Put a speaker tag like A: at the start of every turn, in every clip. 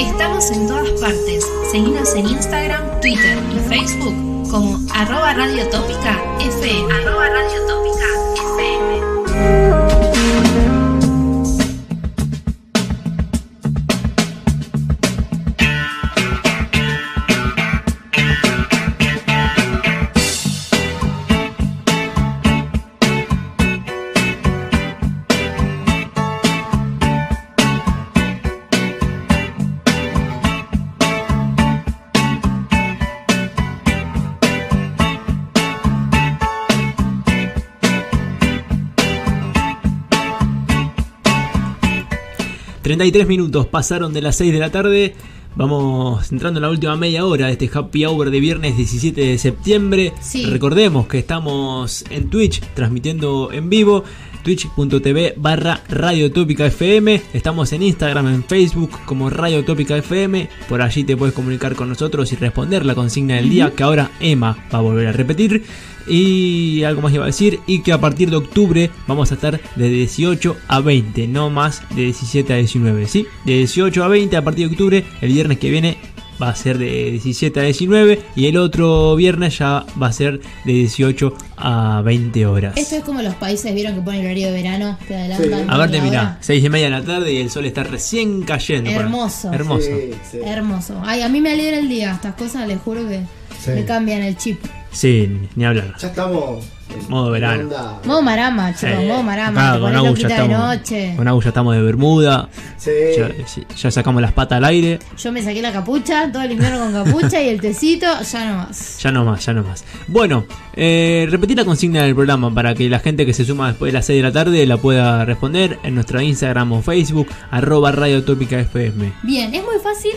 A: Estamos en todas partes. Seguimos en Instagram, Twitter y Facebook como arroba radiotópica FM. Arroba radiotópica FM.
B: tres minutos pasaron de las 6 de la tarde. Vamos entrando en la última media hora de este happy hour de viernes 17 de septiembre.
A: Sí.
B: Recordemos que estamos en Twitch transmitiendo en vivo. Twitch.tv barra Radio Tópica FM. Estamos en Instagram, en Facebook como Radio Tópica FM. Por allí te puedes comunicar con nosotros y responder la consigna del día que ahora Emma va a volver a repetir. Y algo más iba a decir, y que a partir de octubre vamos a estar de 18 a 20, no más de 17 a 19, ¿sí? De 18 a 20 a partir de octubre, el viernes que viene va a ser de 17 a 19 y el otro viernes ya va a ser de 18 a 20 horas.
C: Esto es como los países vieron que ponen horario de verano, que adelantan.
D: Sí.
C: por
B: Aparte,
C: la
B: mirá,
C: hora.
B: 6 y media de la tarde y el sol está recién cayendo. para-
C: Hermoso.
B: Hermoso.
D: Sí, sí.
C: Hermoso. Ay, a mí me alegra el día. Estas cosas les juro que
D: Sí.
C: me cambian el chip.
B: Sí, ni hablar.
D: Ya estamos en
B: Modo verano.
D: onda-
C: Modo marama, chicos.
B: Eh,
C: modo marama.
B: acá
C: Te
B: con
C: ponés
B: Agus ya
C: loquita de
B: estamos-
C: noche.
B: Con Agus ya estamos de Bermuda.
D: Sí.
B: Ya, ya sacamos las patas al aire.
C: Yo me saqué la capucha, todo el invierno con capucha y el tecito, ya no más.
B: Ya no más, ya no más. Bueno, eh, repetí la consigna del programa para que la gente que se suma después de las 6 de la tarde la pueda responder en nuestro Instagram o Facebook, arroba Radio Tópica FM.
C: Bien, es muy fácil,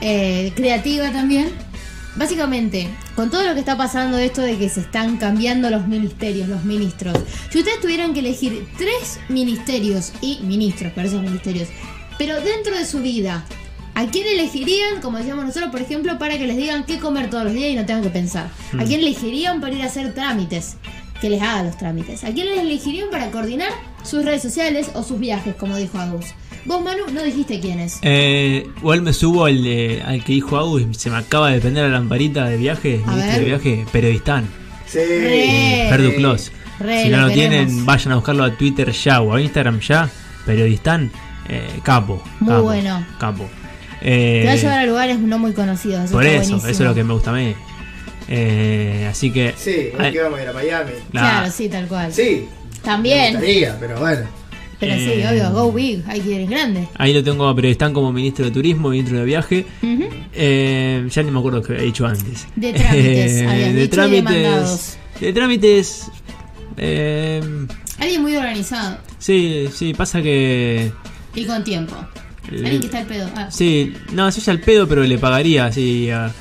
C: eh, creativa también. Básicamente, con todo lo que está pasando, esto de que se están cambiando los ministerios, los ministros. Si ustedes tuvieran que elegir tres ministerios y ministros, pero esos ministerios, pero dentro de su vida, ¿a quién elegirían, como decíamos nosotros, por ejemplo, para que les digan qué comer todos los días y no tengan que pensar? ¿A quién elegirían para ir a hacer trámites? Que les haga los trámites. ¿A quién les elegirían para coordinar sus redes sociales o sus viajes, como dijo Agus? Vos, Manu, no dijiste quién es.
B: Eh, igual me subo al, de- al que dijo Agus, se me acaba de prender la lamparita de viaje,
C: A
B: ministro de
C: ver.
B: viaje, periodistán.
D: Sí.
C: Re. Eh,
B: Ferdu Clos.
C: re,
B: si no
C: lo
B: lo tienen,
C: queremos.
B: vayan a buscarlo a Twitter ya o a Instagram ya. Periodistán, eh, capo.
C: Muy
B: capo,
C: bueno.
B: Capo. Eh,
C: Te va a llevar a lugares no muy conocidos.
B: por
C: está
B: eso,
C: buenísimo.
B: eso es lo que me gusta a mí. Eh, así que.
D: Sí, no
B: Ay,
D: que vamos a ir a Miami.
B: la-
C: Claro, sí, tal cual.
D: Sí. Me
C: También.
D: gustaría, pero bueno.
C: Pero sí,
B: Eh.
C: obvio, go big, hay que ir en grande.
B: Ahí lo tengo a Periodistán como ministro de turismo, ministro de viaje. Eh, ya ni me acuerdo que había dicho antes. Eh,
C: De trámites, habías dicho, y demandados.
B: de trámites. eh,
C: Alguien muy organizado
B: sí, sí, pasa que. eh,
C: y con tiempo. Alguien que está al pedo. Ah,
B: Sí, no, eso es al pedo, pero le pagaría así. a-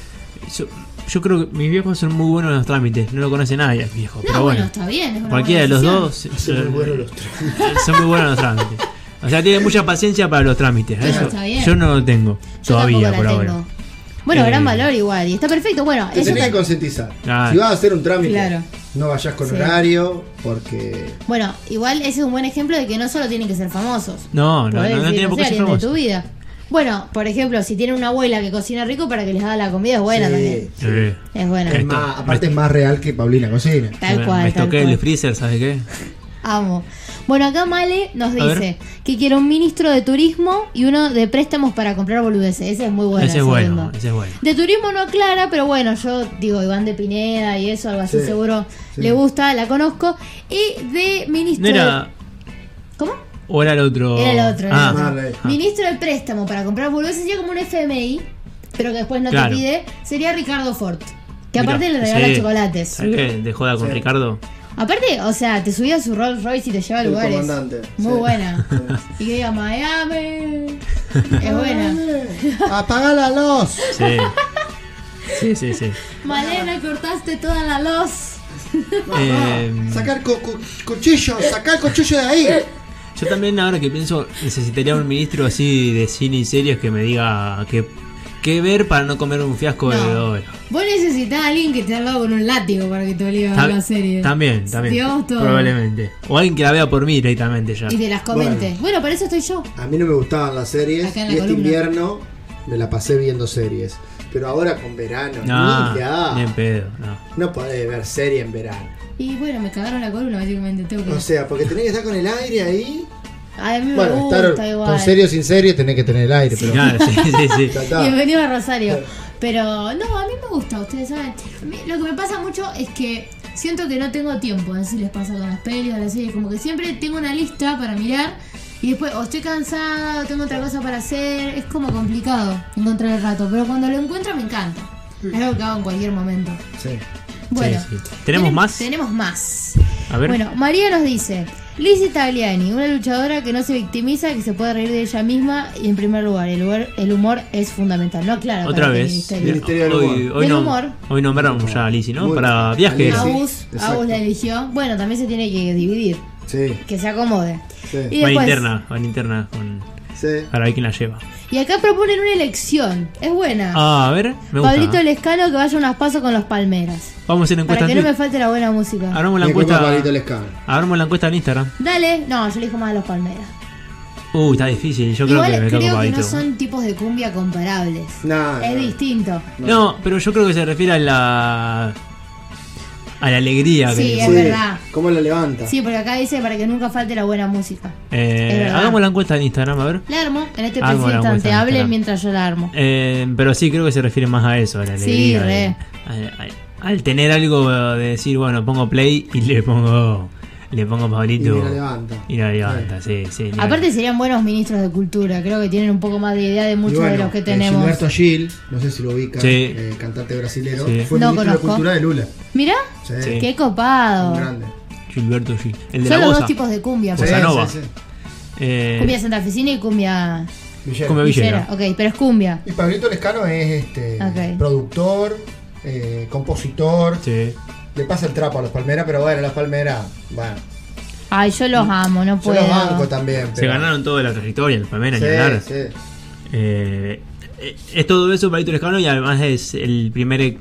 B: yo, yo creo que mis viejos son muy buenos en los trámites, no lo conoce nadie, mis viejos.
C: No,
B: pero
C: bueno,
B: bueno,
C: está bien. es una
B: cualquiera de
C: buena
B: los
C: decisión.
B: dos
D: Se me
B: son,
D: mueren los tres.
B: son muy buenos en los trámites. O sea, tiene mucha paciencia para los trámites.
C: Claro,
B: eso
C: está bien.
B: yo no lo tengo
C: Yo
B: todavía
C: tampoco la
B: por
C: tengo.
B: ahora.
C: Bueno,
B: Eh.
C: gran valor igual. Y está perfecto. Bueno,
D: Te
C: eso
D: tenés que
C: está-
D: concientizar.
B: Claro.
D: Si vas a hacer un trámite,
C: Claro.
D: no vayas con
C: Sí.
D: horario, porque.
C: bueno, igual ese es un buen ejemplo de que no solo tienen que ser famosos.
B: No, no, no,
C: Podés
B: no
C: decir,
B: tiene por qué
C: sé,
B: ser
C: alguien de
B: famoso.
C: tu vida. Bueno, por ejemplo, si tienen una abuela que cocina rico para que les haga la comida, es buena
D: Sí.
C: también.
B: Sí.
C: Es buena.
D: Es
B: Esto,
D: más,
B: me-
D: aparte es más real que Paulina Cocina.
C: Tal
B: me,
C: cual.
B: me
C: tal
B: estoqué
C: cual.
B: el freezer, ¿sabes qué?
C: Amo. Bueno, acá Male nos
B: A ver.
C: dice que quiere un ministro de turismo y uno de préstamos para comprar boludeces. Ese es muy bueno.
B: ese es
C: ese
B: bueno,
C: lindo.
B: ese es bueno.
C: De turismo no aclara, pero bueno, yo digo Iván de Pineda y eso, algo así
D: Sí,
C: seguro
D: sí.
C: le gusta, la conozco. Y de ministro...
B: ¿No era,
C: de- ¿Cómo?
B: o era el otro?
C: Este Era el otro. era
B: Ah,
C: el otro.
D: Marley.
C: Ministro de préstamo para comprar boludeces sería como un FMI, pero que después no
B: Claro.
C: te pide, sería Ricardo Ford. Que
B: mirá,
C: aparte le regala
B: sí.
C: chocolates.
B: ¿Sabes qué? De joda con
D: Sí.
B: Ricardo.
C: Aparte, o sea, te subía a su Rolls Royce y te llevaba a
D: El
C: lugares.
D: comandante,
C: Muy
D: sí.
C: buena. Y que diga Miami. Es buena.
D: Apaga Eh, la luz.
B: Sí. sí, sí, sí.
C: Malena, cortaste toda la luz.
B: Eh,
D: Sacar co- co- cuchillo, sacar el cuchillo de ahí.
B: yo también ahora que pienso necesitaría un ministro así de cine y series que me diga qué qué ver para no comer un fiasco de
C: No.
B: doble.
C: Vos necesitas a alguien que te haga con un látigo para que te obligue a ver
B: Ta-
C: la serie.
B: También, también.
C: Digamos todo.
B: Probablemente. O alguien que la vea por mí directamente ya.
C: Y te las comente. Bueno, para eso estoy yo.
D: A mí no me gustaban las series.
C: Acá en la
D: y este
C: columna.
D: invierno
E: me la pasé viendo series. Pero ahora con verano,
B: No,
E: ni te hagas.
B: ni en pedo, no.
E: No podés ver serie en verano.
C: Y bueno, me cagaron la columna, básicamente. Tengo que...
E: O sea, porque tenés que estar con el aire ahí.
C: a mí me
E: Bueno,
C: gusta
E: estar
C: igual.
D: Con serio o sin serio tenés que tener el aire, pero
B: Claro, sí, sí, sí.
E: ya está.
C: Bienvenido a Rosario. Pero no, a mí me gusta, ustedes saben. A mí Lo que me pasa mucho es que siento que no tengo tiempo. No sé si les pasa con las pelis, con las series. Como que siempre tengo una lista para mirar y después o estoy cansada o tengo otra cosa para hacer. Es como complicado encontrar el rato. Pero cuando lo encuentro me encanta. Es algo que hago en cualquier momento.
E: Sí.
C: Bueno,
B: Mm. Sí, sí. ¿Tenemos
C: tenem-
B: más?
C: Tenemos más.
B: A ver.
C: Bueno, María nos dice: Lizzie Tagliani, una luchadora que no se victimiza, que se puede reír de ella misma. Y en primer lugar, el, lugar- el humor es fundamental. No, claro,
B: Otra vez.
E: Ministerio. Ministerio del
B: Hoy,
E: Humor.
B: hoy,
C: Del
B: nom-
C: humor.
B: hoy nombramos ya a Lizzy, ¿no?
E: Muy
B: Para
E: bien.
B: viajes.
E: Alicia.
C: Agus,
E: exacto.
C: Agus la eligió. Bueno, también se tiene que dividir,
E: Sí.
C: que se acomode.
E: Sí.
C: Y
B: Van
C: después-
B: interna, van interna con,
E: Sí.
B: para ver quién la lleva.
C: Y acá proponen una elección. Es buena.
B: Ah, a ver, me gusta.
C: Pablito Lescano que vaya unas pasos con los palmeras.
B: Vamos a hacer encuesta
C: Para que
B: en
C: no me
B: Twitter.
C: falte la buena música.
B: Abramos la
E: Me copa Pablito
B: encuesta.
E: Lescano.
B: Abramos la encuesta en Instagram.
C: Dale, no, yo elijo más a los palmeras.
B: Uy, está difícil, yo creo
C: Igual
B: que me
C: creo
B: toca
C: que
B: Pablito.
C: no son tipos de cumbia comparables.
E: Nah,
C: es
E: no.
C: distinto.
B: No, pero yo creo que se refiere a la a la alegría que
C: Sí,
B: le-
C: es
E: Sí.
C: verdad.
E: ¿Cómo la levanta?
C: Sí, porque acá dice para que nunca falte la buena música.
B: Eh,
C: es verdad.
B: hagamos la encuesta en Instagram, a ver.
C: La armo en este
B: Armo
C: preciso
B: la
C: instante.
B: música, espera.
C: Hablen mientras yo la armo.
B: Eh, pero sí, creo que se refiere más a eso, a la
C: Sí,
B: alegría.
C: re.
B: al- al- al tener algo de decir, bueno, pongo play y le pongo le pongo
E: Y
B: Pablito.
E: me la levanta.
B: Y la levanta, sí, sí. ni
C: Aparte
B: hablar.
C: serían buenos ministros de cultura. Creo que tienen un poco más de idea de
E: Y
C: muchos
E: bueno,
C: de los que
E: eh,
C: tenemos.
E: Gilberto Gil, no sé si lo ubica,
B: Sí.
E: eh, cantante brasilero,
B: Sí.
E: fue
C: No
E: ministro de
C: conozco.
E: Cultura de Lula.
C: Mirá,
E: Sí.
B: Sí.
C: qué copado.
E: Un grande.
B: Gilberto Gil. El de
C: Son
B: la
C: los
B: bosa.
C: dos tipos de cumbia.
B: Bossa
C: pues.
E: Sí,
B: nova.
E: sí, sí.
B: Eh,
C: Cumbia santafesina y cumbia
E: Villera.
B: Cumbia
C: villera.
B: Villera.
C: Ok, pero es cumbia.
E: Y Pablito Lescano es este
C: Ok.
E: productor, eh, compositor,
B: Sí.
E: le pasa el trapo a los Palmeras, pero bueno, los Palmeras, bueno,
C: Ay, yo los amo, no
E: yo
C: puedo.
E: los banco también.
B: Se
E: pero-
B: ganaron toda la trayectoria, el Palmera,
E: Sí,
B: ni hablar.
E: sí.
B: Eh, eh, es todo eso Pablito Lescano y además es el primer eh,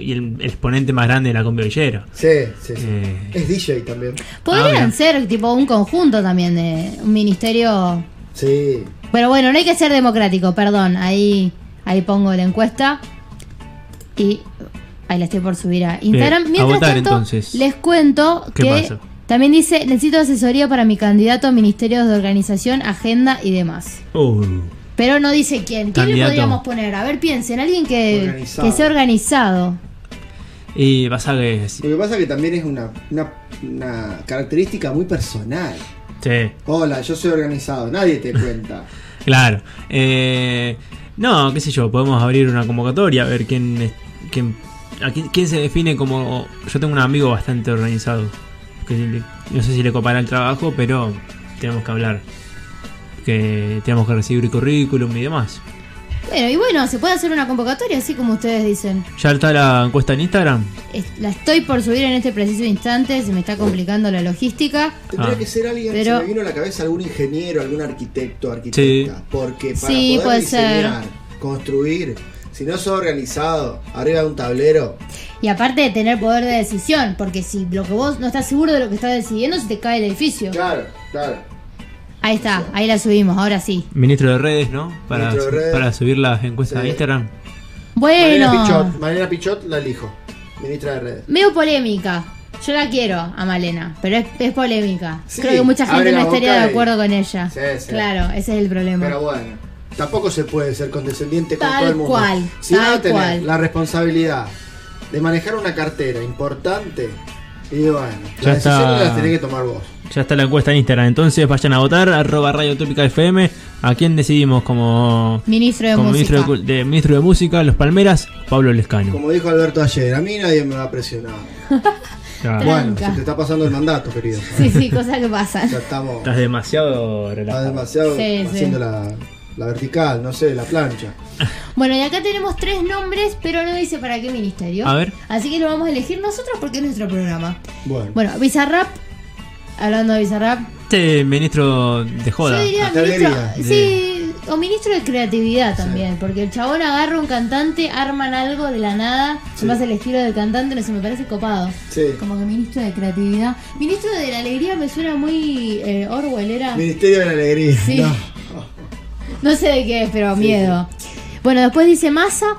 B: y el, el exponente más grande de la cumbia villera.
E: Sí, sí, sí.
B: Eh.
E: Es DJ también.
B: Ah,
C: Podrían
B: mira.
C: ser tipo un conjunto también de un ministerio.
E: Sí.
C: Pero bueno, no hay que ser democrático, perdón. Ahí, ahí pongo la encuesta. Y ahí la estoy por subir a Instagram.
B: Bien, a
C: Mientras
B: votar,
C: tanto,
B: entonces.
C: les cuento
B: ¿Qué
C: que
B: pasa?
C: también dice, necesito asesoría para mi candidato a ministerios de organización, agenda y demás.
B: Uh,
C: Pero no dice quién. ¿Quién le
B: Candidato.
C: podríamos poner? A ver, piensen, alguien que,
E: Organizado.
C: que sea organizado.
B: y pasa que. Sí.
E: Lo que pasa es que también es una, una, una característica muy personal.
B: sí.
E: Hola, yo soy organizado, nadie te cuenta.
B: Claro. Eh, no, qué sé yo, podemos abrir una convocatoria, a ver quién, es- quién, a quién, quién se define como... Yo tengo un amigo bastante organizado, que le- no sé si le copará el trabajo, pero tenemos que hablar. Que tenemos que recibir currículum y demás.
C: Bueno, y bueno, se puede hacer una convocatoria, así como ustedes dicen.
B: ¿Ya está la encuesta en Instagram?
C: Es- La estoy por subir en este preciso instante, se me está complicando la logística.
E: Tendría
B: Ah.
E: que ser alguien,
C: Pero-
E: se me vino a la cabeza algún ingeniero, algún arquitecto, arquitecta. Porque para
C: Sí,
E: poder
C: puede
E: diseñar, construir, si no sos organizado, arriba de un tablero,
C: Y aparte de tener poder de decisión, porque si lo que vos no estás seguro de lo que estás decidiendo, se te cae el edificio.
E: claro, claro.
C: Ahí está, ahí la subimos, ahora sí.
B: Ministro de redes, ¿no? Para,
E: Ministro de
B: su-
E: redes.
B: para subir las encuestas
E: Sí.
B: a Instagram.
E: Mariana Pichot,
C: Bueno,
E: Mariana Pichot la elijo, ministra de redes.
C: medio polémica. Yo la quiero a Malena, pero es, es polémica.
E: Sí,
C: Creo que mucha
E: abre
C: gente
E: la
C: no estaría
E: boca
C: de
E: y-
C: acuerdo con ella.
E: Sí, sí.
C: Claro, ese es el problema.
E: Pero bueno, tampoco se puede ser condescendiente con
C: Tal
E: todo el mundo.
C: cual,
E: si vas a
C: tal
E: tener
C: cual.
E: la responsabilidad de manejar una cartera importante, y bueno,
B: Ya
E: las
B: está.
E: decisiones las tenés que tomar vos.
B: Ya está la encuesta en Instagram, entonces vayan a votar, arroba Radio Utópica FM. ¿A quién decidimos como
C: Ministro de
B: como
C: Música.
B: ministro de, cul- de- ministro de música, los Palmeras, Pablo Lescano.
E: Como dijo Alberto ayer, a mí nadie me va a presionar.
B: Ya,
C: Tranca.
E: Ah, Bueno, se te está pasando el mandato, querido.
C: Sí, sí, cosas que pasan.
E: Ya estamos
B: Estás demasiado
E: está
B: relajado.
E: demasiado
C: Sí,
E: haciendo
C: sí.
E: La, la vertical, no sé, la plancha.
C: Bueno, y acá tenemos tres nombres, pero no dice para qué ministerio.
B: A ver.
C: Así que lo vamos a elegir nosotros porque es nuestro programa.
E: Bueno,
C: Bueno, Bizarrap. Hablando de Bizarrap.
B: Este ministro de joda.
C: Yo diría
E: Hasta
C: ministro.
E: alegría.
C: Sí, o ministro de creatividad también. Porque el chabón agarra un cantante, arman algo de la nada.
E: Sí.
C: Además, el estilo del cantante no se me parece copado.
E: sí.
C: Como que ministro de creatividad. Ministro de la alegría me suena muy eh, Orwell, era.
E: Ministerio de la Alegría.
C: Sí.
E: No.
C: No sé de qué es, pero miedo. Bueno, después dice Massa.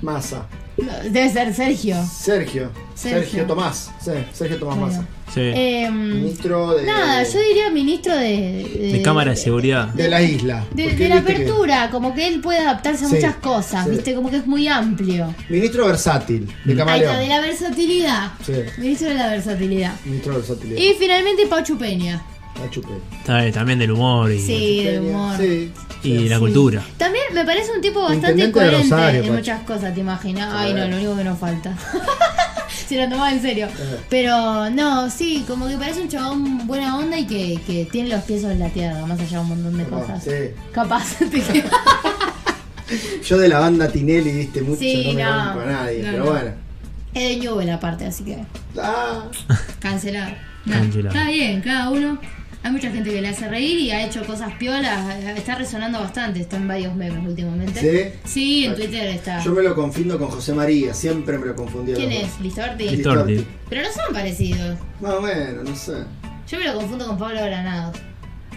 E: Massa.
C: No, Debe ser Sergio.
E: Sergio.
C: Sergio.
E: Sergio, Tomás. Sí, Sergio Tomás
C: Bueno.
E: Massa.
B: Sí.
C: Em,
E: Ministro de,
C: nada, yo diría ministro de.
B: de cámara de seguridad.
C: eh,
E: de la isla.
C: de-
E: Porque
C: de la
E: viste que-
C: apertura, como que él puede adaptarse a
E: Sí,
C: muchas cosas,
E: sí.
C: ¿viste? Como que es muy amplio.
E: Ministro versátil. De
C: Ahí está, de
E: Camaleón.
C: la versatilidad.
E: Sí.
C: Ministro de la versatilidad.
E: Ministro versátil.
C: Y finalmente Pachu Peña.
E: La chupé.
B: Está bien, También del humor y,
C: Sí, del humor.
E: Sí.
B: y de la
C: Sí.
B: cultura.
C: También me parece un tipo bastante
D: Intendente de
C: coherente
D: Rosario,
C: en
D: Pacho.
C: muchas cosas, te imaginas. Ay, no,
E: Joder.
C: lo único que nos falta. Se lo tomaba en serio. Pero no, sí, como que parece un chabón buena onda y que, que tiene los pies sobre la tierra, más allá de un montón de
E: Ah,
C: cosas.
E: sí.
C: Capaz te queda.
E: Yo de la banda Tinelli, viste mucho,
C: Sí,
E: no me
C: no.
E: conozco a nadie,
C: No,
E: pero
C: no.
E: bueno.
C: Es de Newell aparte, así que
E: Ah,
C: cancelar. Nah,
B: Cancelado.
C: Está bien, cada uno. Hay mucha gente que le hace reír y ha hecho cosas piolas. Está resonando bastante, está en varios memes últimamente.
E: ¿Sí?
C: en Twitter está.
E: yo me lo confundo con José María, siempre me lo confundí. a los
C: ¿Quién
E: dos.
C: es? ¿Listorti?
B: Listorti. Listorti.
C: Pero no son parecidos.
E: Más o menos, no sé.
C: Yo me lo confundo con Pablo Granados.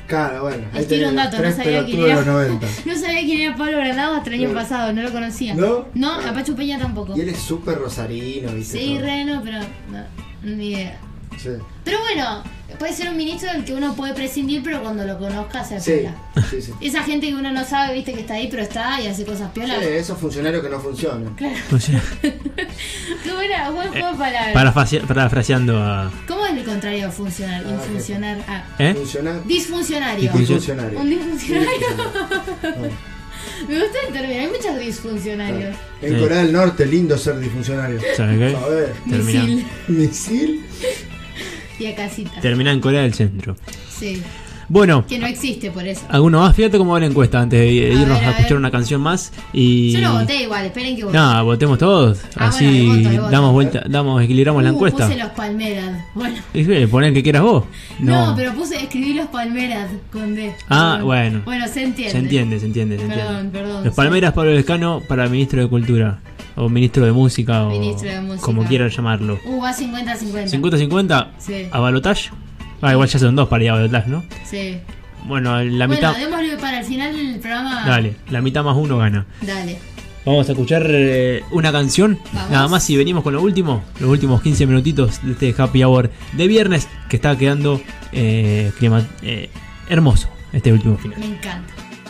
E: Claro, bueno.
C: Les tiro un
E: tenés
C: dato, no
E: tres
C: sabía quién
E: pelotudos de
C: era.
E: los 90.
C: No sabía quién era Pablo Granados hasta el año
E: No.
C: pasado, no lo conocía.
E: ¿No?
C: No, a Pachu Peña tampoco.
E: Y él es súper rosarino, viste.
C: Sí,
E: todo.
C: Reno, pero no, ni idea.
E: Sí.
C: Pero bueno, puede ser un ministro del que uno puede prescindir, pero cuando lo conozca se
E: Sí,
C: apela.
E: sí, sí.
C: Esa gente que uno no sabe, viste, que está ahí, pero está y hace cosas piolas.
E: Sí, esos funcionarios que no funcionan.
B: O sea,
C: Qué buena, buen
B: Eh,
C: juego de palabras.
B: parafrase- parafraseando a.
C: ¿Cómo es el contrario de funcionar?
E: Ah,
C: Infuncionar. Ah,
B: ¿Eh?
E: Funcionar.
C: disfuncionario.
B: Disfuncionario.
E: Disfuncionario.
C: Un disfuncionario.
E: Disfuncionario.
C: Me gusta el término, hay muchos disfuncionarios.
E: En
B: Sí.
E: Corea del Norte, lindo ser disfuncionario.
B: ¿Sabes
E: A
B: qué?
E: ver,
B: Termina.
C: Misil
E: misil.
C: y a casita.
B: Termina en Corea del Centro.
C: Sí.
B: Bueno,
C: Que no existe por eso.
B: ¿alguno más? Fíjate cómo va la encuesta antes de
C: A
B: irnos
C: ver,
B: a
C: a
B: escuchar
C: ver.
B: una canción más. Y...
C: Yo lo voté igual, esperen que vote.
B: No, votemos todos.
C: Ah,
B: Así
C: bueno, el voto, el voto.
B: damos vuelta, damos, equilibramos la
C: Uh,
B: encuesta.
C: Puse los palmeras. Bueno.
B: Y sí, Pon el que quieras vos.
C: No. pero puse escribí los palmeras con D.
B: Ah,
C: Perdón.
B: bueno.
C: Bueno, se entiende.
B: Se entiende, se entiende, se entiende.
C: Perdón, perdón,
B: Los
C: sí.
B: Palmeras Pablo Lescano para ministro de Cultura. O ministro de Música o
C: Ministro de Música.
B: como quieran llamarlo.
C: Uh, va 50-50.
B: 50-50
C: Sí.
B: a balotage. Ah, igual ya son dos para ir a balotage, ¿no?
C: Sí.
B: Bueno, la
C: bueno,
B: mitad...
C: démosle para el final del programa.
B: Dale, la mitad más uno gana.
C: Dale.
B: Vamos a escuchar eh, una canción.
C: Vamos.
B: Nada más y venimos con lo último. Los últimos 15 minutitos de este happy hour de viernes que está quedando eh, clima- eh, hermoso este último final.
C: Me encanta.